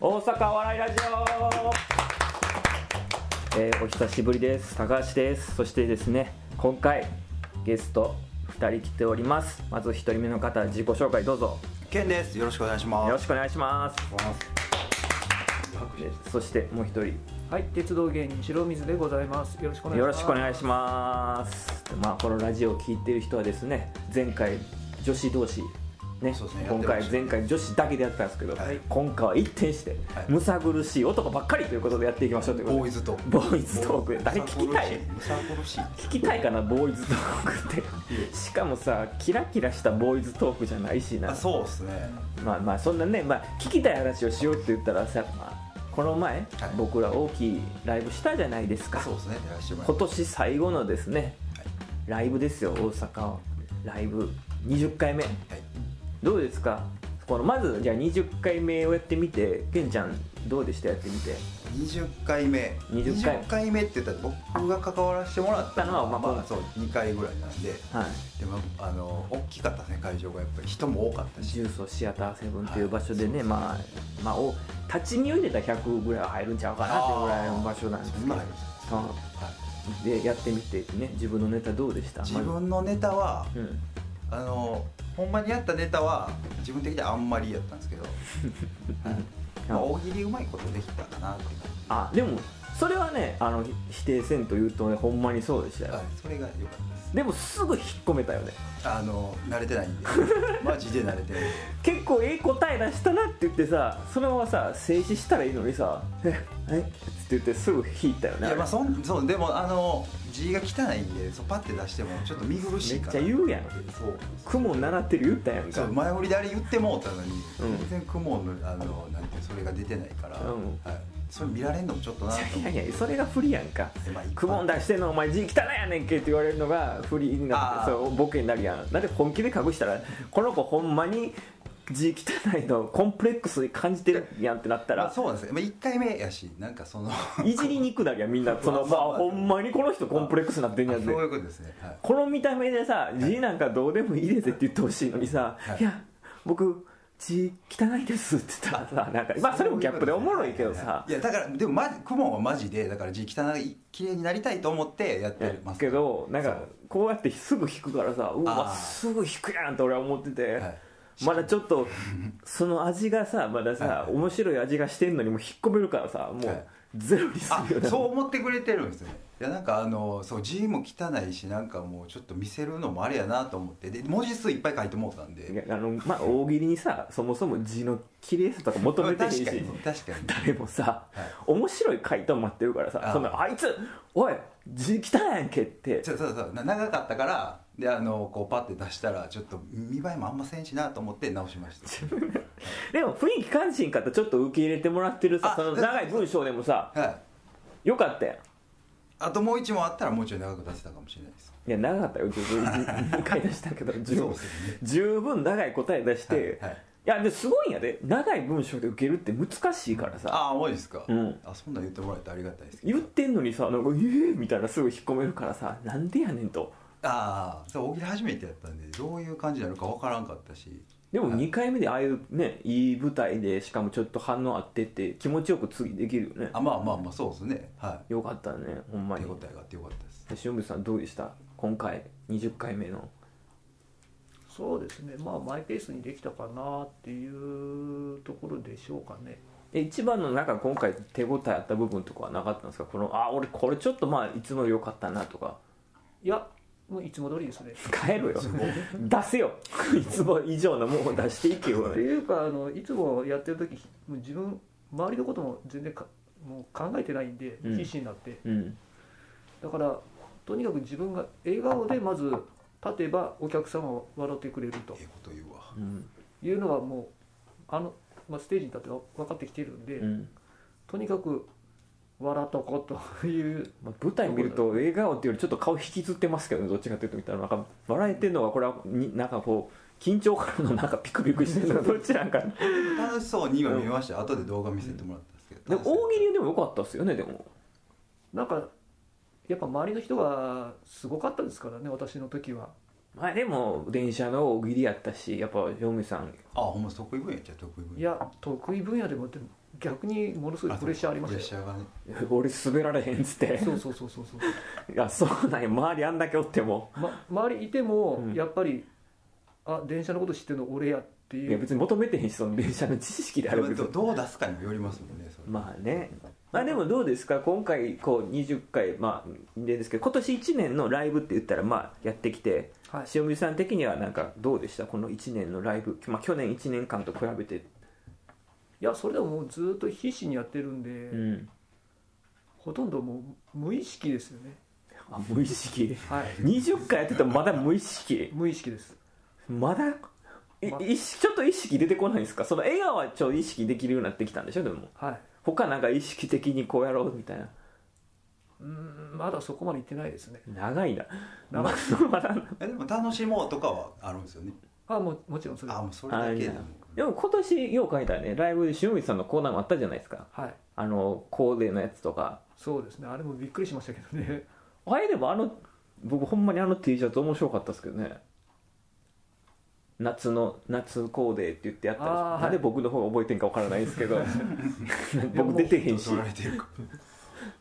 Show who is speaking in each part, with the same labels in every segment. Speaker 1: 大阪お笑いラジオ、えーお久しぶりです高橋ですそしてですね今回ゲスト2人来ておりますまず1人目の方自己紹介どうぞ
Speaker 2: ケンです。よろしくお願いします。
Speaker 1: よろしくお願いします
Speaker 2: お願いし
Speaker 1: そしてもう1人
Speaker 3: はい、鉄道芸人白水でございます。よろしくお願いし
Speaker 1: よ
Speaker 3: ま
Speaker 1: ろ
Speaker 3: す。
Speaker 1: しくお願いしますまあこのラジオを聞いてる人はですね前回女子同士ね
Speaker 2: そうですね
Speaker 1: 今
Speaker 2: や
Speaker 1: 回
Speaker 2: って
Speaker 1: 前回女子だけでやってたんですけど、
Speaker 2: はい
Speaker 1: 今回は一転して、
Speaker 2: はい
Speaker 1: むさ苦しい男ばっかりということでやっていきましょうということで
Speaker 2: ボーイズトーク
Speaker 1: ボーイズトー ク誰聞きたい
Speaker 2: むさぼろしい。
Speaker 1: 聞きたいかなボーイズトークってしかもさキラキラしたボーイズトークじゃないし
Speaker 2: あ、
Speaker 1: な
Speaker 2: そうですね。
Speaker 1: まあまあそんなね、まあ、聞きたい話をしようって言ったらさ、まあ、この前、僕ら大きいライブしたじゃないですか
Speaker 2: そうですね。やらしてもらい
Speaker 1: 今
Speaker 2: ます
Speaker 1: 年最後のですね
Speaker 2: はい
Speaker 1: ライブですよ大阪ライブ20回目
Speaker 2: はい
Speaker 1: どうですかこのまずじゃあ20回目をやってみてけんちゃんどうでしたやってみて
Speaker 2: 20回目
Speaker 1: 20回
Speaker 2: 目って言ったら僕が関わらせてもらったのは
Speaker 1: まあ
Speaker 2: まあそう2回ぐらいなんで
Speaker 1: はい
Speaker 2: でもあの大きかったですね会場がやっぱり人も多かったし
Speaker 1: 重曹シアターセブンっていう場所でね、まあ、まあお立ち見を入れたら100ぐらいは入るんちゃうかなっていうぐらいの場所なんですけ
Speaker 2: そん
Speaker 1: ど
Speaker 2: な入るんですよはい
Speaker 1: うんでやってみてね自分のネタどうでした
Speaker 2: 自分のネタは
Speaker 1: まずうん
Speaker 2: あのほんまにやったネタは自分的にはあんまりやったんです けどはいまあ大喜利うまいことできたかなっていう感じ
Speaker 1: あでもそれはねあの否定せんと言うとねほんまにそうでしたよ、
Speaker 2: はいそれが良かったです
Speaker 1: でもすぐ引っ込めたよね
Speaker 2: あの慣れてな いんでマジで慣れてない
Speaker 1: 結構ええ答え出したなって言ってさそのままさ静止したらいいのにさ 「ええっ?」って言ってすぐ引いたよ
Speaker 2: い
Speaker 1: ね
Speaker 2: やまあそんそうでもあの字が汚いんでそうパッて出してもちょっと見苦し
Speaker 1: めっ
Speaker 2: いから
Speaker 1: ちゃ言うやん
Speaker 2: そう
Speaker 1: 雲習ってる言ったやん
Speaker 2: そ
Speaker 1: か
Speaker 2: う前振りであれ言ってもうたのに、
Speaker 1: うん
Speaker 2: 全然雲のあのなんていうそれが出てないから、
Speaker 1: うん
Speaker 2: はい、それ見られんのもちょっとなと思
Speaker 1: い
Speaker 2: っ
Speaker 1: や
Speaker 2: て
Speaker 1: いやそれが不利やんか
Speaker 2: まあ
Speaker 1: 「クモン出してんのお前字汚いやねんけ」って言われるのが不利になっ
Speaker 2: あー
Speaker 1: てそうボケになるやんだって本気で隠したらこの子ほんまに字汚いのコンプレックスに感じてるやんってなった
Speaker 2: まあ
Speaker 1: ら
Speaker 2: そうなんですよ、まあ、1回目やしなんかその
Speaker 1: いじりにくくなるやんみんなその
Speaker 2: そう
Speaker 1: ま
Speaker 2: そう
Speaker 1: あほんまにこの人コンプレックスになってん
Speaker 2: そう
Speaker 1: やんって
Speaker 2: いうことですね、はい、
Speaker 1: この見た目でさ字なんかどうでもいいですって言ってほしいのにさ「
Speaker 2: はい
Speaker 1: いや僕字汚いです」って言ったらさなんかまあそれもギャップでおもろいけどさ
Speaker 2: いやだからでもまクモンはマジでだから字汚い綺麗になりたいと思ってやっ
Speaker 1: いや
Speaker 2: てます
Speaker 1: けどなんかこうやってすぐ引くからさう
Speaker 2: あ
Speaker 1: わ
Speaker 2: ー
Speaker 1: すぐ引くやんって俺は思ってて、
Speaker 2: はい
Speaker 1: まだちょっ とその味がさまださ、
Speaker 2: はい
Speaker 1: 面白い味がしてんのにもう引っ込めるからさも
Speaker 2: は
Speaker 1: う
Speaker 2: い
Speaker 1: ゼロにす
Speaker 2: あ
Speaker 1: るよね、
Speaker 2: そう思ってくれてるんですねいやなんかあのそう字も汚いしなんかもうちょっと見せるのもあれやなと思ってで文字数いっぱい書いてもうたん
Speaker 1: い
Speaker 2: で
Speaker 1: やあのまあ大喜利にさそもそも字の綺麗さとか求め
Speaker 2: 確
Speaker 1: て
Speaker 2: か
Speaker 1: へん
Speaker 2: に
Speaker 1: し
Speaker 2: 確かに
Speaker 1: 誰もさ、
Speaker 2: はい
Speaker 1: 面白い回答待ってるからさ
Speaker 2: あー
Speaker 1: そのあいつおい字汚いやんけって
Speaker 2: そうそうそうな長かったからであのこうパッて出したらちょっと見栄えもあんませんしなと思って直しました
Speaker 1: でも雰囲気関心かったちょっと受け入れてもらってるさ
Speaker 2: あ
Speaker 1: その長い文章でもさ
Speaker 2: はい
Speaker 1: よかったやん
Speaker 2: あともう一問あったらもうちょい長く出せたかもしれないです
Speaker 1: いや長かったよずっ と2回出したけど十
Speaker 2: そう
Speaker 1: 分
Speaker 2: ですよね
Speaker 1: 十分長い答え出して、
Speaker 2: はいはい
Speaker 1: いやですごいんやで長い文章で受けるって難しいからさ
Speaker 2: ああ多いですか、
Speaker 1: うん
Speaker 2: あそんなん言ってもらえてありがたいですけ
Speaker 1: 言っ
Speaker 2: ど
Speaker 1: てんのにさなんか「ええー」みたいなすぐ引っ込めるからさなんでやねんと
Speaker 2: ああそう大喜利初めてやったんでどういう感じになるか分からんかったし
Speaker 1: でも
Speaker 2: はい
Speaker 1: 2回目でああいうねいい舞台でしかもちょっと反応あってって気持ちよく次できるよね
Speaker 2: あまあまあまあそうですねは
Speaker 1: よかったねほんま
Speaker 2: い
Speaker 1: に
Speaker 2: 手応えがあってよかったです
Speaker 1: 塩水さんどうでした今回20回目の
Speaker 3: そうですね。まあマイペースにできたかなっていうところでしょうかね。
Speaker 1: え一番のなんか今回手応えあった部分とかはなかったんですかこのあ俺これちょっとまあいつもより良かったなとか
Speaker 3: いや、もういつも通りですね。
Speaker 1: 帰るよ出せよいつも以上のもん出していけよ
Speaker 3: っていうかあのいつもやってる時、もう自分周りのことも全然かもう考えてないんで
Speaker 1: うん
Speaker 3: 必死になって、
Speaker 1: うん
Speaker 3: だからとにかく自分が笑顔でまず立てばお客様は笑ってくれると
Speaker 2: ええこと言うわ
Speaker 1: うん
Speaker 3: いうのはもうあの、まあ、ステージに立って分かってきてるんで。
Speaker 1: うん、
Speaker 3: とにかく笑っとこうという
Speaker 1: まあ、舞台見ると笑顔っていうよりちょっと顔引きずってますけどねどっちかっていうと見たらなんか笑えてるのがこれはになんかこう緊張感のなんかピクピクしてるのが どっちなんかな
Speaker 2: 楽しそうには見ました、後で動画見せてもらったんですけ
Speaker 1: で
Speaker 2: ど
Speaker 1: も大喜利でも良かったっすよねでも
Speaker 3: なんかやっぱ周りの人がすごかったですからね私の時は
Speaker 1: まあでも電車の大喜利やったしやっぱヨミさん
Speaker 2: あほんま得意分野っちゃ得意分
Speaker 3: い
Speaker 2: 野
Speaker 3: や得意分野でもでも逆にものすごいプレッシャーありま
Speaker 2: プレッ
Speaker 3: し
Speaker 2: シ
Speaker 3: た
Speaker 2: ャ
Speaker 3: よ
Speaker 2: ーがね
Speaker 1: 俺滑られへんっつって
Speaker 3: そうそうそうそうそう
Speaker 1: いやそうなんや周りあんだけおっても
Speaker 3: ま、周りいても
Speaker 1: うん
Speaker 3: やっぱり、あ電車のこと知ってるの俺やって
Speaker 1: い
Speaker 3: い
Speaker 1: や
Speaker 3: う
Speaker 1: 別に求めてへんしその電車の知識であるけ
Speaker 2: ど
Speaker 1: ど
Speaker 2: どう出すかにもよりますもんねそれ
Speaker 1: まあねまあでもどうですか今回こう20回まあでですけど今年1年のライブって言ったらまあやってきて
Speaker 3: はい
Speaker 1: 塩水さん的にはなんかどうでしたこの1年のライブ、まあ、去年1年間と比べて
Speaker 3: いやそれでももうずっと必死にやってるんで、
Speaker 1: うん
Speaker 3: ほとんどもう無意識ですよね
Speaker 1: あ無意識
Speaker 3: はい
Speaker 1: 20回やっててもまだ無意識
Speaker 3: 無意識です
Speaker 1: まだい
Speaker 3: ま
Speaker 1: いちょっと意識出てこないですかその笑顔はちょっと意識できるようになってきたんでしょでも
Speaker 3: はい
Speaker 1: 他なんか意識的にこうやろうみたいな
Speaker 3: うーんまだそこまで行ってないですね
Speaker 1: 長いな
Speaker 3: 長い
Speaker 1: まだ
Speaker 2: えでも楽しもうとかはあるんですよね
Speaker 3: あもうもちろんそれ
Speaker 2: あ
Speaker 3: は
Speaker 2: もうそれだけでも
Speaker 1: でも今年よう書いたらねライブで塩水さんのコーナーもあったじゃないですか
Speaker 3: はい
Speaker 1: あのコーデのやつとか
Speaker 3: そうですねあれもびっくりしましたけどね
Speaker 1: あれでもあの僕ほんまにあの T シャツ面白かったですけどね夏の夏コーデって言ってやったんです
Speaker 3: あーはい
Speaker 1: なんで僕の方が覚えてんかわからないですけ ど
Speaker 3: も
Speaker 1: 僕
Speaker 3: う
Speaker 1: 出てへんし
Speaker 2: 取られてるか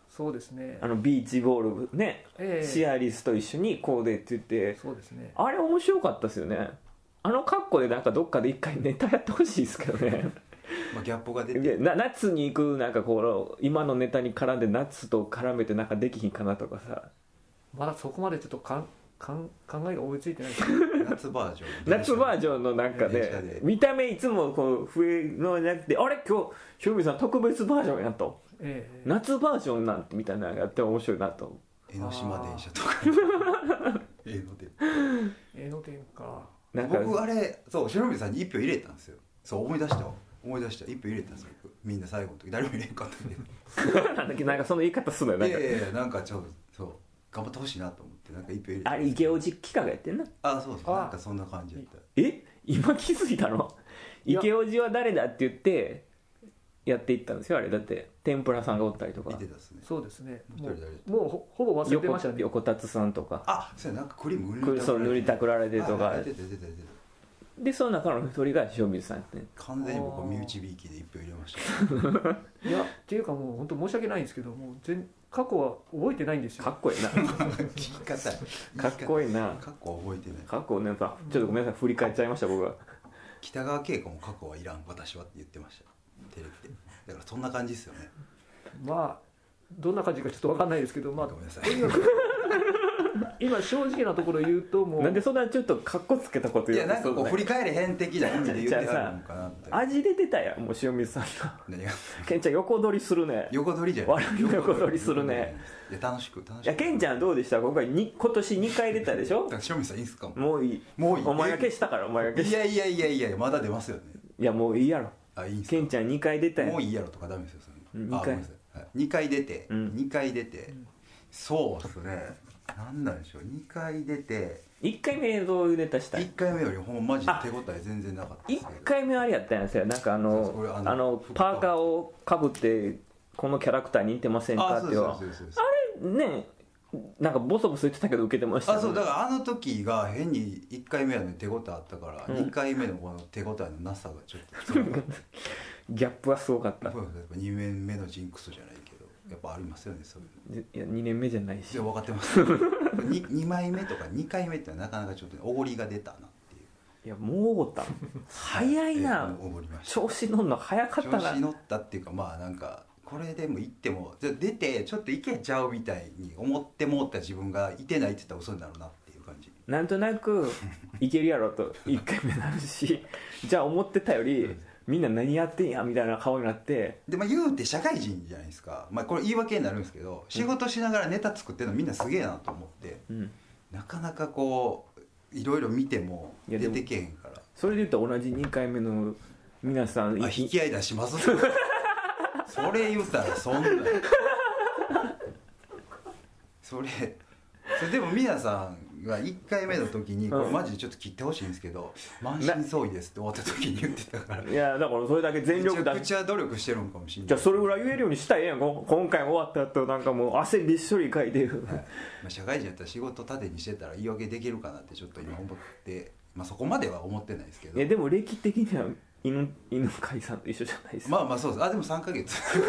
Speaker 3: そうですね
Speaker 1: あのビーチボールね、
Speaker 3: ええ
Speaker 1: シアリスと一緒にコーデって言って
Speaker 3: そうですね
Speaker 1: あれ面白かったですよねあの格好でなんかどっかで一回ネタやってほしいですけどね
Speaker 2: まあギャップが出て
Speaker 1: でな夏に行くなんかこう今のネタに絡んで夏と絡めてなんかできひんかなとかさ
Speaker 3: まだそこまでちょっとかんかん考えが追いついてないです
Speaker 2: 夏バージョン
Speaker 1: 夏バージョンのなんか
Speaker 2: 電車
Speaker 1: ね
Speaker 2: で
Speaker 1: 見た目いつもこう笛のじゃなくてあれ今日塩見さん特別バージョンやと
Speaker 3: ええ
Speaker 1: 夏バージョンなんてみたいなのやっても面白いなと
Speaker 2: 江ノ島電車とか 江ノ電
Speaker 3: えの点か
Speaker 1: なんか
Speaker 2: 僕あれそう白水さんに一票入れたんですよそう思い出したわ思い出した一票入れたんですよ僕みんな最後の時誰も入れんかったんで
Speaker 1: なんだっけ なんかその言い方すんのよなん
Speaker 2: い
Speaker 1: か
Speaker 2: やいやいやなんかちょっとそう頑張ってほしいなと思ってなんか一票入れた
Speaker 1: あれイケオジ企画やってんな
Speaker 2: あそうそう
Speaker 3: あ
Speaker 2: なんかそんな感じやった
Speaker 1: え今気づいたの
Speaker 3: いや
Speaker 1: 池叔父は誰だって言ってやっていったんですよあれだって天ぷらさんがおったりと
Speaker 2: 見
Speaker 1: か
Speaker 2: てたっすね
Speaker 3: そうですねも
Speaker 2: もう一人誰
Speaker 3: うもうほほぼ忘れて
Speaker 1: 横
Speaker 3: ましたね
Speaker 1: 横達さんとか
Speaker 2: あそうやなんかクリーム
Speaker 1: くるそう塗りたくられてると
Speaker 2: あ
Speaker 1: か
Speaker 2: 出てた出てた出てた
Speaker 1: でその中の一人が塩水さんやってん
Speaker 2: 完全に僕は身内びいきで一票入れました
Speaker 3: いやっていうかもう本当申し訳ないんですけどもう全過去は覚えてないんです
Speaker 1: か
Speaker 3: よ
Speaker 1: っこいいな
Speaker 2: 聞き方
Speaker 1: かっこ
Speaker 2: いい
Speaker 1: いいな
Speaker 2: 過去は覚えてない
Speaker 1: かっこいいなさちょっとごめんなさい振り返っちゃいました僕は
Speaker 2: 北川景子も過去はいらん私はって言ってましたテレビでだからそんな感じですよね
Speaker 3: まあどんな感じかちょっと分かんないですけどまあ
Speaker 2: ごめんなさい
Speaker 3: 今正直なところ言うともう
Speaker 1: なんでそんなちょっとかっこつけたこと
Speaker 2: い
Speaker 1: 言
Speaker 2: や
Speaker 1: う
Speaker 2: なんかこう振り返れへん的な意味で言ってはるのかなって
Speaker 1: 味出てたやんもう塩水さんが
Speaker 2: 何が
Speaker 1: ケンちゃん横取りするね
Speaker 2: 横取りじゃない
Speaker 1: 笑いの 横取りするね
Speaker 2: いや楽しく楽しく
Speaker 1: いやケンちゃんどうでした今回に今年2回出たでしょ
Speaker 2: だから塩見さんいいんすかも
Speaker 1: もういい
Speaker 2: もういい
Speaker 1: お前が消したからお前が消
Speaker 2: い
Speaker 1: した
Speaker 2: やいやいやいやまだ出ますよね
Speaker 1: いやもういいやろ
Speaker 2: あいいんす
Speaker 1: ケンちゃん2回出た
Speaker 2: か
Speaker 1: やん
Speaker 2: もういいやろとかダメですよそれ
Speaker 1: うん二回
Speaker 2: あごめんなさいはい二回出て
Speaker 1: うん
Speaker 2: 二回出てそうですねなんなんでしょう二回出て
Speaker 1: 1回目映像で出した
Speaker 2: 一
Speaker 1: い
Speaker 2: 回目よりほんまマジ手応え全然なかったですけど
Speaker 1: 1回目あれやったやんすよなんかあ
Speaker 2: そうそう俺
Speaker 1: の
Speaker 2: あの
Speaker 1: あのパーカーをかぶってこのキャラクターに似てませんか
Speaker 2: あ
Speaker 1: っ
Speaker 2: そう
Speaker 1: ていうのは
Speaker 2: そうそうそうそう
Speaker 1: あれねなんかボソボソ言ってたけど受けてましたよ
Speaker 2: あそうだからあの時が変に1回目はね手応えあったから、
Speaker 1: うん
Speaker 2: 二2回目のこの手応えのなさがちょっとそう
Speaker 1: ギャップはすごかった
Speaker 2: 2年目のジンクスじゃないけどやっぱありますよねそういうの
Speaker 1: いや2年目じゃない
Speaker 2: い
Speaker 1: し
Speaker 2: や分かってます 2, 二枚目とか2回目ってなかなかちょっとねおごりが出たなっていう
Speaker 1: いやもうおった早い
Speaker 2: え
Speaker 1: な
Speaker 2: ーおごりました
Speaker 1: 調子乗んの早かっ
Speaker 2: 調
Speaker 1: た
Speaker 2: 子
Speaker 1: な
Speaker 2: 乗ったっていうかまあなんかこれでも行ってもじゃあ出てちょっと行けちゃうみたいに思ってもった自分がいてないって言ったら嘘になるなっていう感じ
Speaker 1: なんとな くいけるやろと1回目なるしじゃあ思ってたよりみんな何やってんやみたいな顔になって
Speaker 2: で、まあ、言うて社会人じゃないですか、まあ、これ言い訳になるんですけど仕事しながらネタ作ってるのみんなすげえなと思って
Speaker 1: うん
Speaker 2: なかなかこういろいろ見ても
Speaker 1: いや
Speaker 2: 出
Speaker 1: でも
Speaker 2: てけへんから
Speaker 1: それで言うと同じ2回目の皆さん
Speaker 2: あ引き合い出し ますそれ言うたらそんなそれそれでも皆さんが1回目の時にこれマジでちょっと切ってほしいんですけど「満身創痍です」って終わった時に言ってたから
Speaker 1: いやだからそれだけ全
Speaker 2: めち
Speaker 1: 力
Speaker 2: ゃ
Speaker 1: だ
Speaker 2: くちゃ努力してるんかもしれない
Speaker 1: じゃあそれぐらい言えるようにしたらええやんこ今回終わった後なんかもう汗びっしょりかいてる
Speaker 2: はいまあ、社会人やったら仕事縦にしてたら言い訳できるかなってちょっと今思って、まあ、そこまでは思ってないですけ
Speaker 1: い
Speaker 2: ど
Speaker 1: やでも歴的には犬犬飼いさんと一緒じゃないですか、
Speaker 2: まあまあそうですあでも3か月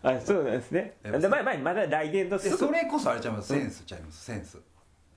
Speaker 1: あそうなんですね
Speaker 2: やっぱ
Speaker 1: でまあまあまだ来年として
Speaker 2: そ
Speaker 1: い
Speaker 2: れこそあれちゃいますセンスちゃいますセンス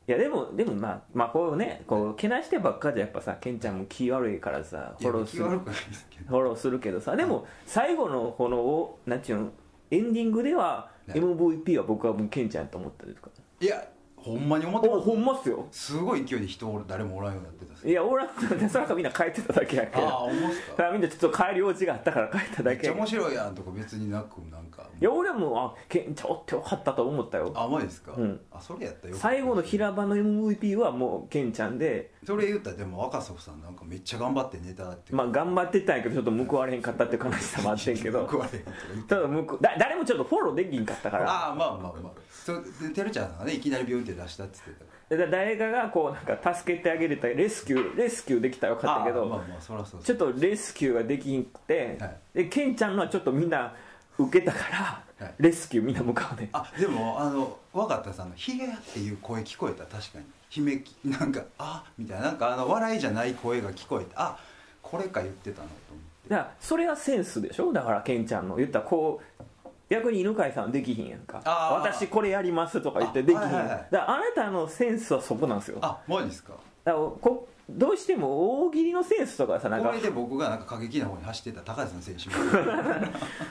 Speaker 1: やでもでもまあまあこうねこうけなしてばっかじゃやっぱさケンちゃんも気悪いからさ
Speaker 2: い
Speaker 1: フ
Speaker 2: や
Speaker 1: ォローす
Speaker 2: 気
Speaker 1: る
Speaker 2: 悪くないですけど
Speaker 1: フォローするけどさでも最後のこのおなんちゅうのエンディングでは
Speaker 2: ね
Speaker 1: MVP は僕はもうケンちゃんやと思ったりとか
Speaker 2: いやほんまに思って
Speaker 1: お
Speaker 2: ます
Speaker 1: ほんまっすよ
Speaker 2: すごい勢いで人おる誰もおらんようになってたんです
Speaker 1: いやおらんくてそれかみんな帰ってただけやけ
Speaker 2: ああ
Speaker 1: ど
Speaker 2: 思っす
Speaker 1: だ
Speaker 2: か
Speaker 1: からみんなちょっと帰り用事があったから帰った
Speaker 2: め
Speaker 1: だ
Speaker 2: っ
Speaker 1: け
Speaker 2: ちゃ
Speaker 1: や
Speaker 2: 面白いやんとか別になくなんか
Speaker 1: いや俺もあケンちゃんおってよかったと思ったよ
Speaker 2: 甘いですか、
Speaker 1: うん
Speaker 2: あそれやったよ
Speaker 1: 最後の平場の MVP はもうケンちゃんで、
Speaker 2: それ言ったらでも若狭さんなんかめっちゃ頑張ってネタって
Speaker 1: まあ、頑張ってたんやけどちょっと報われへんかったっていう悲しさもあってんけど
Speaker 2: 報われへんとか言って
Speaker 1: ただ報だ誰もちょっとフォローできんかったから
Speaker 2: ああまあまあまあそうでてるちゃんがねいきなり病院で出したって言って
Speaker 1: だから誰かがこうなんか助けてあげれたレスキューレスキューできたらよ
Speaker 2: た
Speaker 1: かったけ
Speaker 2: ああまあ
Speaker 1: ど
Speaker 2: まあそらそう
Speaker 1: ちょっとレスキューができんくて、
Speaker 2: はい
Speaker 1: でケンちゃんのはちょっとみんな受けたから、
Speaker 2: はい
Speaker 1: レスキューみんな向かうね
Speaker 2: あでもあの若田さんの「ひげ」っていう声聞こえた確かに姫きなんか「あみたいななんかあの笑いじゃない声が聞こえてあこれか言ってたのと思って
Speaker 1: だからそれはセンスでしょだからケンちゃんの言ったらこう逆に犬飼さんはできひんやんか
Speaker 2: あー
Speaker 1: 私これやりますとか言ってできひん、
Speaker 2: あはいはいはい
Speaker 1: だからあなたのセンスはそこなんですよだか
Speaker 2: あマジですから
Speaker 1: こどうしても大喜利のセンスとかさなん
Speaker 2: こ
Speaker 1: か
Speaker 2: れ、で僕がなんか過激な方に走ってた高橋さん選手みたいな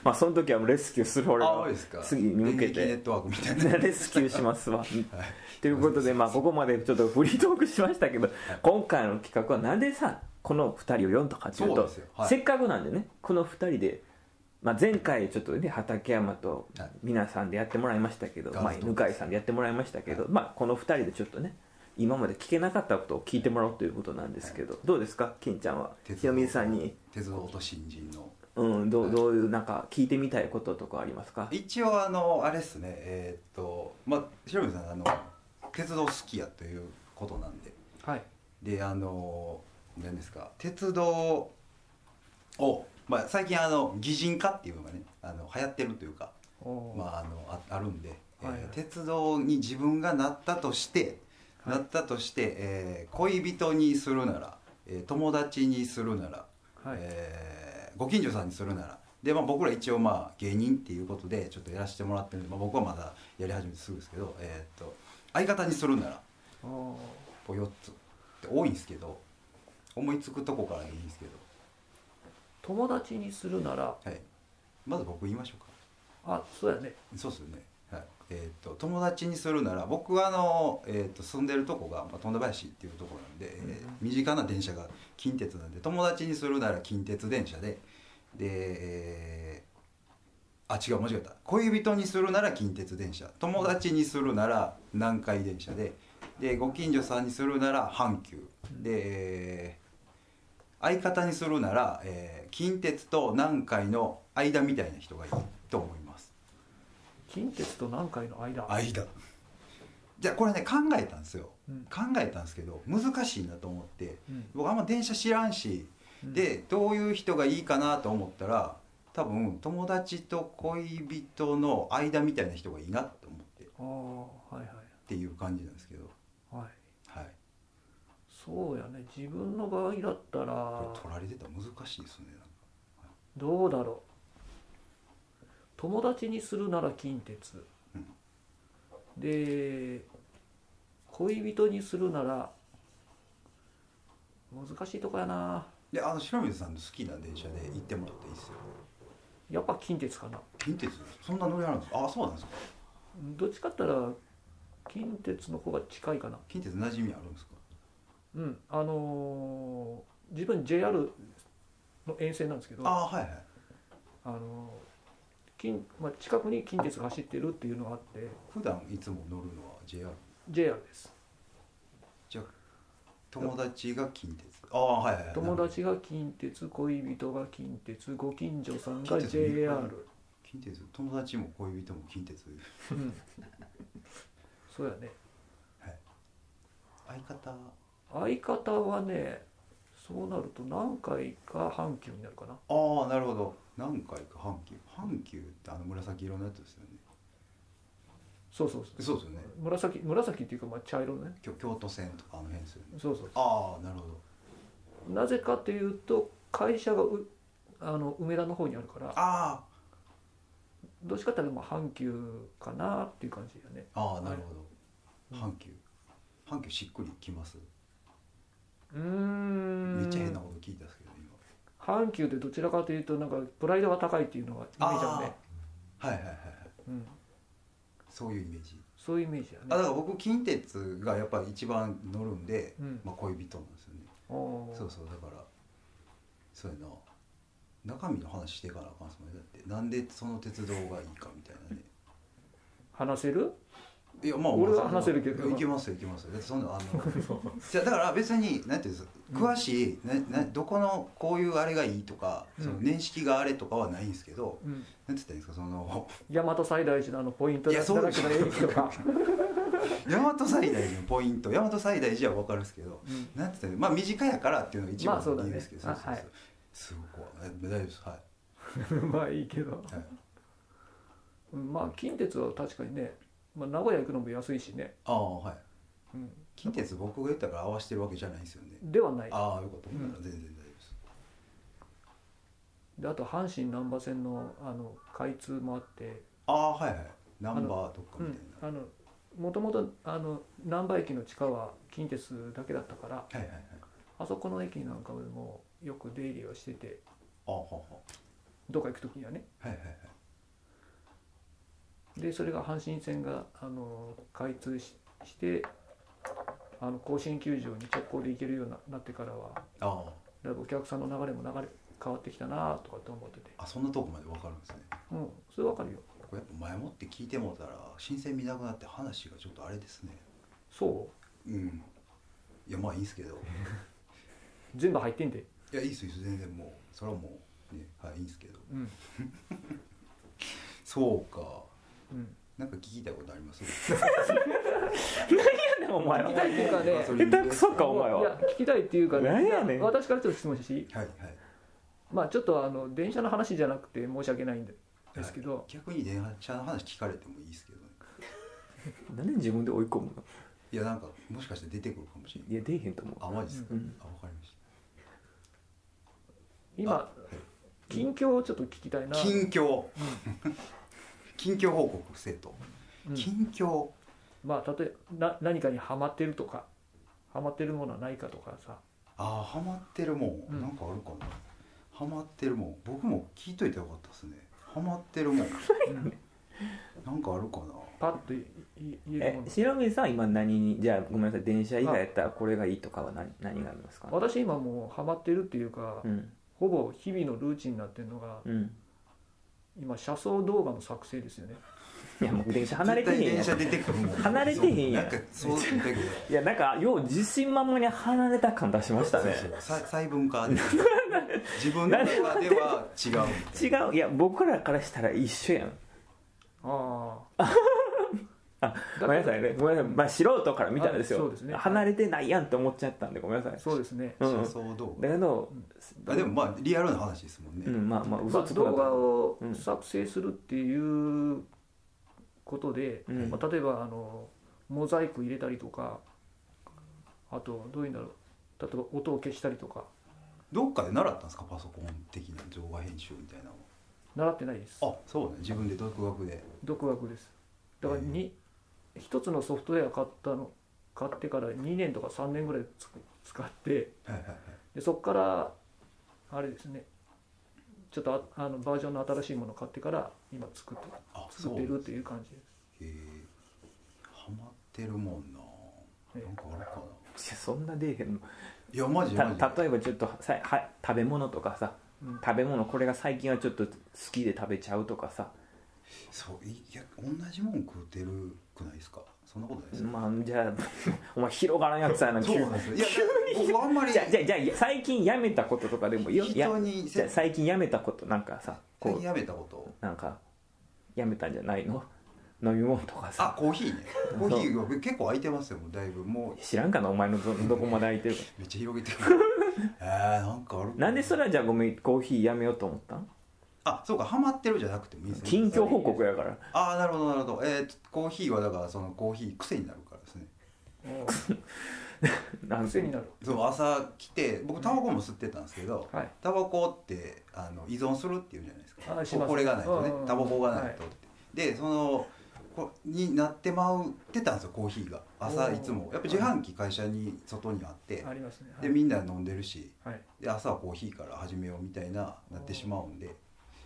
Speaker 1: まあ、その時はもうレスキューする 俺
Speaker 2: あ
Speaker 1: の
Speaker 2: マジですか
Speaker 1: 次に向け
Speaker 2: 電撃ネ
Speaker 1: て
Speaker 2: ットワークみたい な
Speaker 1: レスキューしますわ。ということで、まあ、ここまでちょっとフリートークしましたけど、今回の企画はなんでさ、この2人を4とかっていう
Speaker 2: そう
Speaker 1: と
Speaker 2: ですよはい
Speaker 1: せっかくなんでね、この2人で、まあ、前回ちょっとね、畠山と
Speaker 2: はい
Speaker 1: 皆さんでやってもらいましたけど、
Speaker 2: ガ
Speaker 1: まあ、
Speaker 2: ールズト
Speaker 1: 犬
Speaker 2: ーク
Speaker 1: 飼さんでやってもらいましたけど、まあ、この2人でちょっとね、今まで聞けなかったことを聞いてもらおうということなんですけど、どうですか、金ちゃんは。ひよみさんに、
Speaker 2: 鉄道と新人の
Speaker 1: うん、どうどういう、なんか、聞いてみたいこととかあります か
Speaker 2: 一応あのあれっすねえーっとまあ白水さんあの鉄道好きやということなんで
Speaker 3: はい
Speaker 2: であの何ですか鉄道を、まあ、最近あの擬人化っていうのがねあの流行ってるというか、
Speaker 3: おー
Speaker 2: まあ、あのああるんで、えー
Speaker 3: はいはい
Speaker 2: 鉄道に自分がなったとして、
Speaker 3: は
Speaker 2: な
Speaker 3: い
Speaker 2: ったとして、えー恋人にするなら、えー友達にするなら、
Speaker 3: はい
Speaker 2: えーご近所さんにするならで、まあ、僕ら一応まあ芸人っていうことでちょっとやらせてもらってるんで、まあ、僕はまだやり始めてすぐですけど、えーっと相方にするなら。
Speaker 3: おー
Speaker 2: こう4つって多いんですけど思いつくとこからいいんですけど、
Speaker 3: 友達にするなら
Speaker 2: はい、まず僕言いましょうか
Speaker 3: あそうやね
Speaker 2: そうっすよね、はいえー、と友達にするなら僕はあの、えー、と住んでるとこが、まあ、富田林っていうところなんで、えー身近な電車が近鉄なんで友達にするなら近鉄電車でで、えーあ違う間違えた恋人にするなら近鉄電車友達にするなら南海電車ででご近所さんにするなら阪急で、えー相方にするなら、えー近鉄と南海の間みたいな人がいいと思います
Speaker 3: 近鉄と南海の間
Speaker 2: 間じゃあこれね考えたんですよ、
Speaker 3: うん
Speaker 2: 考えたんですけど難しいなと思って
Speaker 3: うん
Speaker 2: 僕あんま電車知らんし、
Speaker 3: うん
Speaker 2: でどういう人がいいかなと思ったら多分友達と恋人の間みたいな人がいいなと思ってっ
Speaker 3: ああはいは
Speaker 2: ていう感じなんですけど
Speaker 3: いはい
Speaker 2: はい
Speaker 3: そうやね自分の場合だったら
Speaker 2: これ取られてたら難しいですね
Speaker 3: どうだろう友達にするなら近鉄、
Speaker 2: うん
Speaker 3: で恋人にするなら難しいとこやな
Speaker 2: であの白水さんの好きな電車で行ってもらっていいですよ
Speaker 3: やっぱ近鉄かな
Speaker 2: 近鉄そんな乗りあるんですかあそうなんですか
Speaker 3: どっちかって言ったら近鉄の方が近いかな
Speaker 2: 近鉄馴染みあるんですか
Speaker 3: うんあのー自分 JR の沿線なんですけど
Speaker 2: あはいはい
Speaker 3: あのー近まあ、近くに近鉄が走ってるっていうのがあって
Speaker 2: 普段いつも乗るのは JR
Speaker 3: JR です
Speaker 2: じゃあ友達が近鉄ああはいはいはい
Speaker 3: 友達が近鉄恋人が近鉄ご近所さんが
Speaker 2: 近鉄いっ
Speaker 3: JR
Speaker 2: ぱいある近鉄友達も恋人も近鉄
Speaker 3: うんそうやね
Speaker 2: 相方
Speaker 3: 相方はねそうなると何回か阪急になるかな
Speaker 2: ああなるほど何回か阪急阪急ってあの紫色のやつですよね
Speaker 3: そうそうそう
Speaker 2: そうですよね
Speaker 3: 紫紫っていうかまあ茶色のね
Speaker 2: 京京都線とかあの辺ですよね
Speaker 3: そうそう
Speaker 2: ああなるほど
Speaker 3: なぜかというと会社がうあの梅田の方にあるから
Speaker 2: あ
Speaker 3: どっちかっていうとまあ阪急かなっていう感じだよね
Speaker 2: あああなるほど
Speaker 3: は
Speaker 2: 阪急阪急しっくりきます
Speaker 3: うーん
Speaker 2: めっちゃ変なこと聞いたんですけど今
Speaker 3: 阪急ってどちらかというとなんかプライドが高いっていうのがイメージあるね
Speaker 2: はいはいはいはい
Speaker 3: うん、
Speaker 2: そういうイメージ
Speaker 3: そういうイメージだね
Speaker 2: あだから僕近鉄がやっぱり一番乗るんで、
Speaker 3: うん
Speaker 2: まあ、恋人なんですよね
Speaker 3: おー
Speaker 2: そうそうだからそうやな中身の話していかなあかんっすもんねだってなんでその鉄道がいいかみたいな ね
Speaker 3: 話せる
Speaker 2: いやまあ
Speaker 3: 俺は話せるけど
Speaker 2: いやいけますよいけますよだってそんなあ のじゃあだから別になんていうんですか詳しい、ななどこのこういうあれがいいとか、
Speaker 3: うん
Speaker 2: その年式があれとかはないんですけど
Speaker 3: うん
Speaker 2: なんて言ったらいいんですかその
Speaker 3: 大和西大寺のあのポイント
Speaker 2: いやそう
Speaker 3: だけの駅とか、
Speaker 2: 大和西大のポイント大和西大寺は分かるんですけど
Speaker 3: うん
Speaker 2: なんて言ったらいいまあ短いからっていうのが一
Speaker 3: ま
Speaker 2: 番
Speaker 3: あそうだ
Speaker 2: いい
Speaker 3: ね
Speaker 2: ですけど、
Speaker 3: あ
Speaker 2: そうそうそう
Speaker 3: はい
Speaker 2: すごく大丈夫ですは
Speaker 3: まあいいけど、
Speaker 2: い、はい、
Speaker 3: うんまあ近鉄は確かにね、まあ、名古屋行くのも安いしね、
Speaker 2: ああはい
Speaker 3: うん、
Speaker 2: 近鉄僕が言ったから合わせてるわけじゃないんですよね
Speaker 3: ではない
Speaker 2: ああよかった
Speaker 3: うん
Speaker 2: なら全然大丈夫です、
Speaker 3: であと阪神難波線のあの開通もあって
Speaker 2: ああはいはいナンバーとか
Speaker 3: う
Speaker 2: みたい
Speaker 3: んあのもともとあの難波駅の地下は近鉄だけだったか
Speaker 2: な、
Speaker 3: ら
Speaker 2: はいはいはい
Speaker 3: あそこの駅なんかでもよく出入りをしてて
Speaker 2: ああはあは
Speaker 3: どっか行く時にはね
Speaker 2: あはいはいはい
Speaker 3: でそれが阪神線があの開通ししてあの甲子園球場に直行で行けるようになってからは
Speaker 2: あ
Speaker 3: だいぶお客さんの流れも流れ変わってきたなとかって思ってて
Speaker 2: ああそんなとこまでわかるんですね
Speaker 3: うんそれわかるよ
Speaker 2: これやっぱ前もって聞いてもうたら新鮮見なくなって話がちょっとあれですね
Speaker 3: そ
Speaker 2: うんいやまあいいんす けど
Speaker 3: う全部入ってんで
Speaker 2: いやいいっすいいっす全然もうそれはもうねはいいいんすけど
Speaker 3: うん
Speaker 2: そうか
Speaker 3: うん
Speaker 2: なんか聞きたいことあり ます
Speaker 1: でもお前は
Speaker 3: 聞きたいっていうかね
Speaker 2: それ
Speaker 1: 下手くそかお前
Speaker 3: いや
Speaker 1: は
Speaker 3: 聞きたいっていうか
Speaker 1: なんやねん
Speaker 3: い私からちょっと質問していい
Speaker 2: はいはい
Speaker 3: まあちょっとあの電車の話じゃなくて申し訳ないんでですけど、
Speaker 2: 逆に電車の話聞かれてもいいっすけどね
Speaker 1: なんで自分で追い込むの
Speaker 2: いやなんかもしかして出てくるかもしれない
Speaker 1: いや出えへんと思う
Speaker 2: あマジですか、
Speaker 1: うん
Speaker 2: あわかりましあ
Speaker 3: 今近況をちょっと聞きたい
Speaker 2: た
Speaker 3: な
Speaker 2: 近況 近況報告生徒、
Speaker 3: うん
Speaker 2: 近況
Speaker 3: まあ例えばな何かにハマってるとかハマってるものはないかとか さ
Speaker 2: ああハマってるもん、
Speaker 3: うん
Speaker 2: なんかあるかなハマってるもん僕も聞いといてよかったですねハマってるもんなんかあるかな
Speaker 3: パッといい言える
Speaker 1: え
Speaker 3: もの
Speaker 1: 白水さんは今何にじゃあごめんなさい電車以外やったらこれがいいとかは何何がありますか
Speaker 3: 私今もうハマってるっていうか、
Speaker 1: うん
Speaker 3: ほぼ日々のルーチンになってるのが
Speaker 1: うん
Speaker 3: 今車窓動画の作成ですよね
Speaker 1: いやもう電車離れてへんやん
Speaker 2: 絶対電車出てくるもん
Speaker 1: 離れてへんやん
Speaker 2: そうなんかそう出てくる
Speaker 1: いやなんかよう自信ままに離れた感出しましたね
Speaker 2: そうそうさ細分 化で自分の中では違うみたいな
Speaker 1: 違ういや僕らからしたら一緒やん
Speaker 3: あ
Speaker 1: あご
Speaker 3: から
Speaker 1: めんなさいねごめんなさい、まあ、素人から見たらですよ
Speaker 3: あそうですね
Speaker 1: 離れてないやんって思っちゃったんでごめんなさい
Speaker 3: あそうですね
Speaker 1: うん、
Speaker 2: そうそうどう
Speaker 1: だけど、
Speaker 2: あでもまあリアルな話ですもんね、
Speaker 1: うん、まあまあ
Speaker 3: ま
Speaker 1: 嘘
Speaker 3: あ
Speaker 1: つくな
Speaker 3: 動
Speaker 1: と
Speaker 3: 画を
Speaker 1: うん
Speaker 3: 作成するっていうことで、
Speaker 1: うん
Speaker 3: まあ、例えばあのモザイク入れたりとかあとどういうんだろう例えば音を消したりとか
Speaker 2: どっかで習ったんですかパソコン的な動画編集みたいなの
Speaker 3: 習ってないです
Speaker 2: あそうね自分で独学で
Speaker 3: 独学ですだからに一つのソフトウェア買ったの買ってから2年とか3年ぐらいつく使って
Speaker 2: はいはいはい
Speaker 3: でそこからあれですねちょっとああのバージョンの新しいものを買ってから今作って
Speaker 2: あそ
Speaker 3: 作っ
Speaker 2: う
Speaker 3: て
Speaker 2: へ
Speaker 3: るっていう感じです
Speaker 2: えハマってるもんな
Speaker 3: ええ
Speaker 2: なんかあるかない
Speaker 1: やそんな出えへんの
Speaker 2: いやマジでマジで
Speaker 1: た例えばちょっとさは食べ物とかさ、
Speaker 3: うん
Speaker 1: 食べ物これが最近はちょっと好きで食べちゃうとかさ、
Speaker 2: そういいや同じもん食うてるくないですかそんなことないですか、
Speaker 1: まあじゃあ お前広がらんやつやな
Speaker 2: そう
Speaker 1: 急に
Speaker 2: なんですよいや僕あんまり
Speaker 1: じゃあじゃあじゃあ最近やめたこととかでもいいよいや
Speaker 2: 人に
Speaker 1: じゃあ最近やめたことなんかさ
Speaker 2: 最
Speaker 1: こ
Speaker 2: 近
Speaker 1: う
Speaker 2: やめたこと
Speaker 1: なんかやめたんじゃないの飲み物とか
Speaker 2: あ
Speaker 1: さ
Speaker 2: コーヒーねコーヒーが結構空いてますよもうだいぶも
Speaker 1: 知らんかなお前のどどこまで空いてるか
Speaker 2: うめっちゃ 広げてるえー、なんかあるか
Speaker 1: なんでそれはじゃあごめんコーヒーやめようと思ったん
Speaker 2: あそうかハマってるじゃなくてもいいですね
Speaker 1: 近況報告やから
Speaker 2: ああなるほどなるほど、えー、コーヒーはだからそのコーヒー癖になるからですね
Speaker 1: なん
Speaker 3: 癖になる
Speaker 2: そう朝来て僕タバコも吸ってたんですけど、
Speaker 3: はい
Speaker 2: タバコってあの依存するっていうじゃないですか
Speaker 3: あします
Speaker 2: これがないとね
Speaker 3: うんうんうん
Speaker 2: タバコがないとって、でそのこになってまうってたんですよコーヒーが朝
Speaker 3: おー
Speaker 2: いつもやっぱ自販機会社に外にあって、
Speaker 3: ありますねは
Speaker 2: で
Speaker 3: い
Speaker 2: みんな飲んでるし
Speaker 3: はい
Speaker 2: で朝はコーヒーから始めようみたいななってしまうんで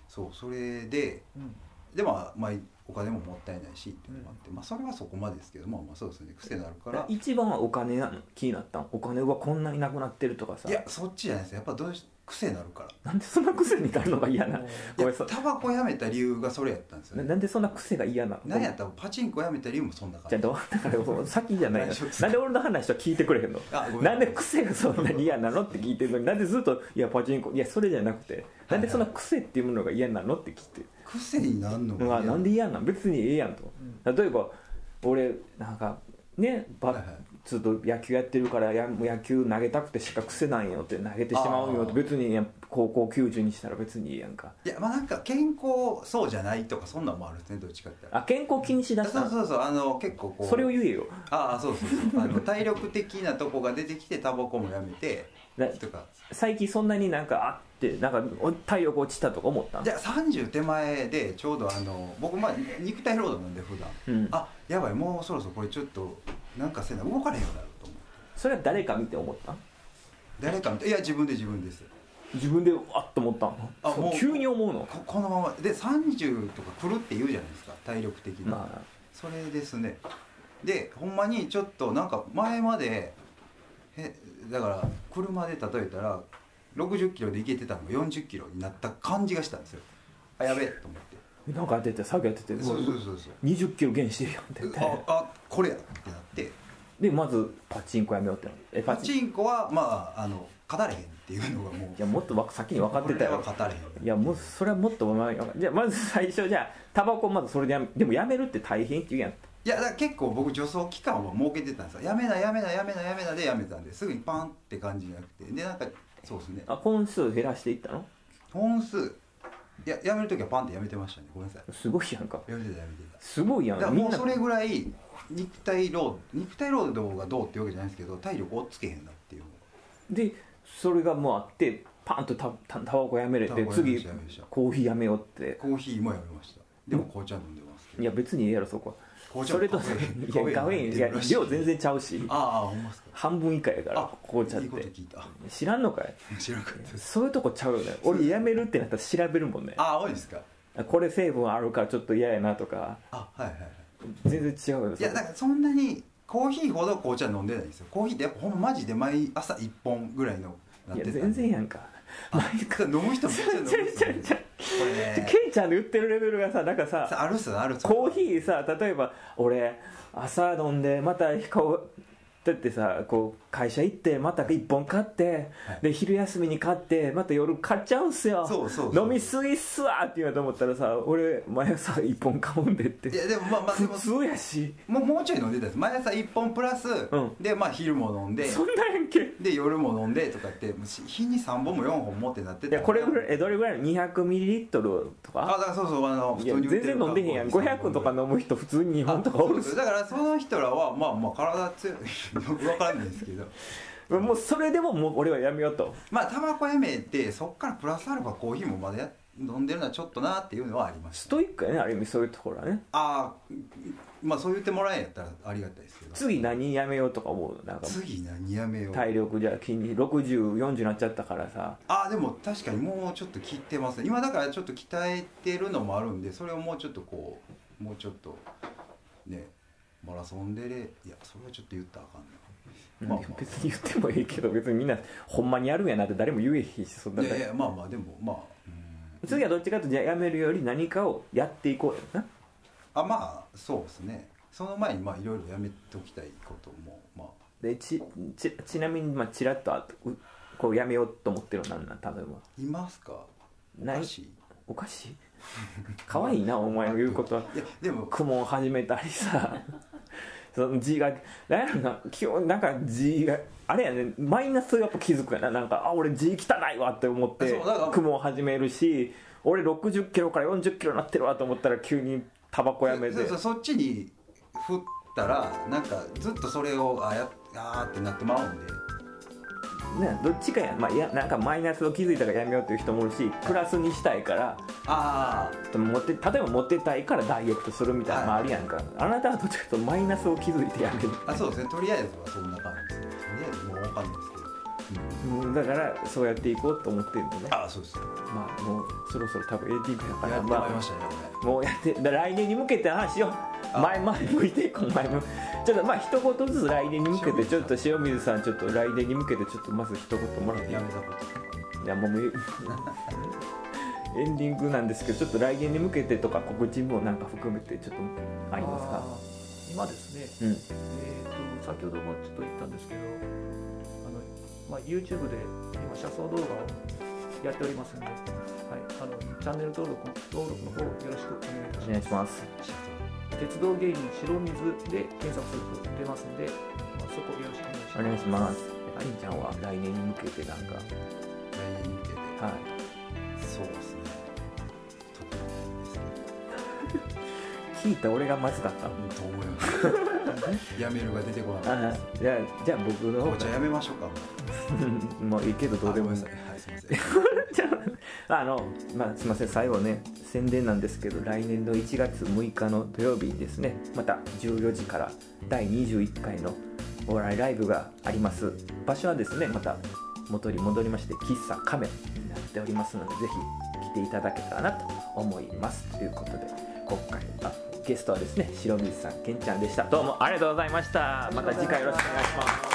Speaker 2: そうそれで
Speaker 3: うん
Speaker 2: でも、まあ、お金ももったいないしっていうのもあって、まあそれはそこまでですけどまあまあそうですね癖になるから
Speaker 1: 一番はお金なの気になったんお金はこんなになくなってるとかさ
Speaker 2: いやそっちじゃないですやっぱどうし癖になるから
Speaker 1: なんでそんな癖になるのが嫌なご
Speaker 2: い
Speaker 1: めん
Speaker 2: や
Speaker 1: なさい
Speaker 2: タバコやめた理由がそれやったんですよ
Speaker 1: な
Speaker 2: ね
Speaker 1: なんでそんな癖が嫌なの
Speaker 2: なんやったらパチンコやめた理由もそんな
Speaker 1: じゃあ
Speaker 2: 感じ
Speaker 1: どう だからそう先じゃないの
Speaker 2: 大丈夫です
Speaker 1: なんで俺の話は聞いてくれへんの
Speaker 2: あごめん
Speaker 1: なんで癖がそんなに嫌なのって聞いてるのになんでずっと「いやパチンコいやそれじゃなくてなんでそんな癖っていうものが嫌なの?」って聞いて
Speaker 2: 癖になるの
Speaker 1: ま
Speaker 2: が
Speaker 1: あ、
Speaker 2: 嫌
Speaker 1: なんで嫌なん別にええやんと、例えば俺なんかねば、
Speaker 2: はいはい
Speaker 1: ちょっと野球やってるからやもう野球投げたくてしか癖なんよって投げてしまうよって
Speaker 2: あー
Speaker 1: 別にええやん高校球児にしたら別にいいやんか
Speaker 2: いやまあなんか健康そうじゃないとかそんなんもあるんですねどっちかって言ったら
Speaker 1: あ健康気にしだした
Speaker 2: そう
Speaker 1: そ
Speaker 2: そうそうあの結構こう
Speaker 1: れを言えよ
Speaker 2: ああそうそうそうあの体力的なとこが出てきてタバコもやめて
Speaker 1: な
Speaker 2: とか
Speaker 1: 最近そんなになんかあってなんかお体力落ちたとか思ったん
Speaker 2: じゃあ30手前でちょうどあの僕まあ肉体労働なんで普段
Speaker 1: うん、
Speaker 2: あやばいもうそろそろこれちょっとなんかせな動かれへんようになると思う
Speaker 1: それは誰か見て思ったん
Speaker 2: 誰か見ていや自分で自分です
Speaker 1: 自分であっと思ったん
Speaker 2: あ
Speaker 1: そう
Speaker 2: もう
Speaker 1: 急に思うの
Speaker 2: ここのままで30とか来るって言うじゃないですか体力的に、
Speaker 1: ま
Speaker 2: それですねでほんまにちょっとなんか前までえだから車で例えたら60キロで行けてたのが40キロになった感じがしたんですよあやべえと思って
Speaker 1: あなんかやってて作業やってて
Speaker 2: そうそうそうそ
Speaker 1: 2 0キロ減してるやんって言っ
Speaker 2: う
Speaker 1: て
Speaker 2: ああこれやってなって
Speaker 1: でまずパチンコやめようってなえ
Speaker 2: パ
Speaker 1: パチン
Speaker 2: チンコはまああの勝たれへんっていうのがもう
Speaker 1: いやもっとわ先に分かってた
Speaker 2: これは
Speaker 1: よ
Speaker 2: 勝たれへん
Speaker 1: いやもうそれはもっと前じゃあまず最初じゃあタバコまずそれでやめでもやめるって大変って言うやん
Speaker 2: いやだから結構僕助走期間は設けてたんですよやめなやめなやめなやめなでやめたんですぐにパンって感じじゃなくてでなんかそうですね
Speaker 1: あ本数減らしていったの
Speaker 2: 本数いややめる時はパンってやめてましたねごめんなさい
Speaker 1: すごいやんか
Speaker 2: やめてたやめてた
Speaker 1: すごいや
Speaker 2: だから
Speaker 1: んみ
Speaker 2: も
Speaker 1: ん
Speaker 2: う
Speaker 1: な
Speaker 2: それぐらい肉体労肉体労働がどうってわけじゃないんですけど体力をつけへんなっていうの
Speaker 1: でそれがもうあってパンとタタタバコやめれ
Speaker 2: タ
Speaker 1: て
Speaker 2: バコやめまし
Speaker 1: 次
Speaker 2: たやめました
Speaker 1: コーヒーやめようって
Speaker 2: コーヒーもやめましたでも紅茶飲んでますけど
Speaker 1: いや別にええやろそこは
Speaker 2: 紅茶
Speaker 1: それと
Speaker 2: カフェイン
Speaker 1: いやカフェイ ンいや
Speaker 2: 入ってるらしい
Speaker 1: 量全然ちゃうし
Speaker 2: ああほんまっすか
Speaker 1: 半分以下やから
Speaker 2: あ
Speaker 1: 紅茶っ
Speaker 2: いいこと
Speaker 1: て
Speaker 2: 聞いたあ
Speaker 1: 知らんのかい
Speaker 2: 知らなかったです
Speaker 1: そういうとこちゃうよね俺やめるってなったら調べるもんね
Speaker 2: ああ多いですか
Speaker 1: これ成分あるからちょっと嫌やなとか
Speaker 2: あはいはいはい
Speaker 1: 全然違うよ
Speaker 2: いやだからそんなにコーヒーほど紅茶飲んでないんですよコーヒーってやっぱほんまマジで毎朝1本ぐらいのないっ
Speaker 1: や
Speaker 2: てた
Speaker 1: 全然やんか
Speaker 2: あ 飲む人めっちゃ飲む人
Speaker 1: ちゃうちゃう
Speaker 2: これね
Speaker 1: ケイちゃんの言ってるレベルがさなんかさ
Speaker 2: さあるっすよあるっすよ
Speaker 1: コーヒーさ例えば俺朝飲んでまたこうだってさこう会社行ってまた1本買って、
Speaker 2: はい
Speaker 1: で昼休みに買ってまた夜買っちゃうんすよ
Speaker 2: そうそうそう
Speaker 1: 飲みすぎっすわって言うと思ったらさ俺毎朝1本買うんでって
Speaker 2: いやでもまあまあで
Speaker 1: 普
Speaker 2: も
Speaker 1: 通やし
Speaker 2: もうもうちょい飲んでたんです毎朝1本プラス、
Speaker 1: ん
Speaker 2: でまあ昼も飲んで
Speaker 1: そんなんやんけ
Speaker 2: で夜も飲んでとかってもうし日に3本も4本もってなって
Speaker 1: いやこれぐらいえど
Speaker 2: れ
Speaker 1: れぐらいの200ミリリットルと
Speaker 2: あだ
Speaker 1: か
Speaker 2: からそうそうあの
Speaker 1: いや
Speaker 2: 普通に
Speaker 1: 全
Speaker 2: 売ってる
Speaker 1: 然飲んでへんやん
Speaker 2: 缶コーヒー
Speaker 1: 500とか飲む人普通に2本とかお
Speaker 2: そう
Speaker 1: る
Speaker 2: で
Speaker 1: し
Speaker 2: すだからその人らはまあまあ体強いわかんないですけど
Speaker 1: もうそれでももう俺はやめようと
Speaker 2: まあタバコやめてそっからプラスアルファコーヒーもまだや飲んでるのはちょっとなっていうのはありまし
Speaker 1: ス
Speaker 2: た
Speaker 1: トイックやねある意味そういうところはね
Speaker 2: ああまあそう言ってもらえんやったらありがたいですけど
Speaker 1: 次何やめようとか思うなんか
Speaker 2: 次何やめよう
Speaker 1: 体力じゃ筋肉6040になっちゃったからさ
Speaker 2: ああでも確かにもうちょっと切ってますね今だからちょっと鍛えてるのもあるんでそれをもうちょっとこうもうちょっとねマラソンでれいやそれはちょっと言ったらあかん
Speaker 1: う
Speaker 2: なんまあまあ
Speaker 1: 別に言ってもええけど別にみんなほんまにやるんやなって誰も言えへんしそんない
Speaker 2: やいやまあまあでもまあうん
Speaker 1: 次はどっちかというとじゃあやめるより何かをやっていこうやな
Speaker 2: あまあそうですねその前にまあいろいろやめておきたいこともまあ
Speaker 1: でちちちなみにまあちらっとあうこうやめようと思ってるのなんなん例えば
Speaker 2: いますか
Speaker 1: ない
Speaker 2: おかしい
Speaker 1: おかしい可愛いなお前の言うことは。
Speaker 2: いやでも
Speaker 1: 雲を始めたりさ その字がなんやろな基本なんか字があれやねマイナスやっぱ気づくやななんかあ俺字汚いわって思って
Speaker 2: そうだから
Speaker 1: 雲を始めるし俺60キロから40キロなってるわと思ったら急にタバコやめて
Speaker 2: そうそうそっちに振ったらなんかずっとそれをあやあーってなってまうんで
Speaker 1: ね、どっちかや,、まあ、いやなんかマイナスを気づいたからやめようっていう人もおるしプラスにしたいから
Speaker 2: あ
Speaker 1: ちょっと持って例えば持ってたいからダイエットするみたいなのもあるやんか、あなたはどっちかというとマイナスを気づいてやめる
Speaker 2: ーあそうですねとりあえずはそんな感じですねとりあえずもうわかんないですけど、うん
Speaker 1: うんだからそうやっていこうと思ってるんでね
Speaker 2: ああそうですね
Speaker 1: まあもうそろそろ多分エンディングやか
Speaker 2: や
Speaker 1: ら
Speaker 2: ってまいりましたねこれ
Speaker 1: もうやってだから来年に向けて話しよう
Speaker 2: あ
Speaker 1: 前前向いていこう前向いてちょっとまあ一言ずつ来年に向けてちょっと塩水さんちょっと来年に向けてちょっとまず一言もらっていい
Speaker 2: やめたこと
Speaker 1: いやもうめエンディングなんですけどちょっと来年に向けてとか告知もなんか含めてちょっとありますか
Speaker 3: あー今ですね、
Speaker 1: うん
Speaker 3: えー、と先ほどもちょっと言ったんですけどあの、まあ、YouTube で今車窓動画をやっておりますので、はい、あのチャンネル登録登録の方よろしくお願いいた
Speaker 1: お
Speaker 3: し
Speaker 1: 願
Speaker 3: ま
Speaker 1: いします
Speaker 3: す鉄道芸人白水で検索すると出ますので、まあ、そこよろし
Speaker 1: お
Speaker 3: くお願
Speaker 1: 願
Speaker 3: い
Speaker 1: い
Speaker 3: し
Speaker 1: し
Speaker 3: ま
Speaker 1: ま
Speaker 3: す
Speaker 1: すあいちゃんは来年に向けてなんか
Speaker 2: 来年に向けて
Speaker 1: はい
Speaker 2: そうですね特にないんですけど
Speaker 1: 聞いた俺がまずかった
Speaker 2: うんと思います やめるが出てこなかった
Speaker 1: あ
Speaker 2: です
Speaker 1: じゃあじゃあ僕の
Speaker 2: お
Speaker 1: 方
Speaker 2: 茶やめましょうかもう
Speaker 1: もういいけどどうでもいい
Speaker 2: あごめんなさいはいすいません
Speaker 1: あの、まあ、すみません、最後ね、宣伝なんですけど、来年の1月6日の土曜日にですね、また14時から第21回のお笑いライブがあります。場所はですね、また元に戻りまして、喫茶カメになっておりますので、ぜひ来ていただけたらなと思います。ということで、今回はゲストはですね、白水さん、けんちゃんでした。どうもありがとうございました。また次回よろしくお願いします。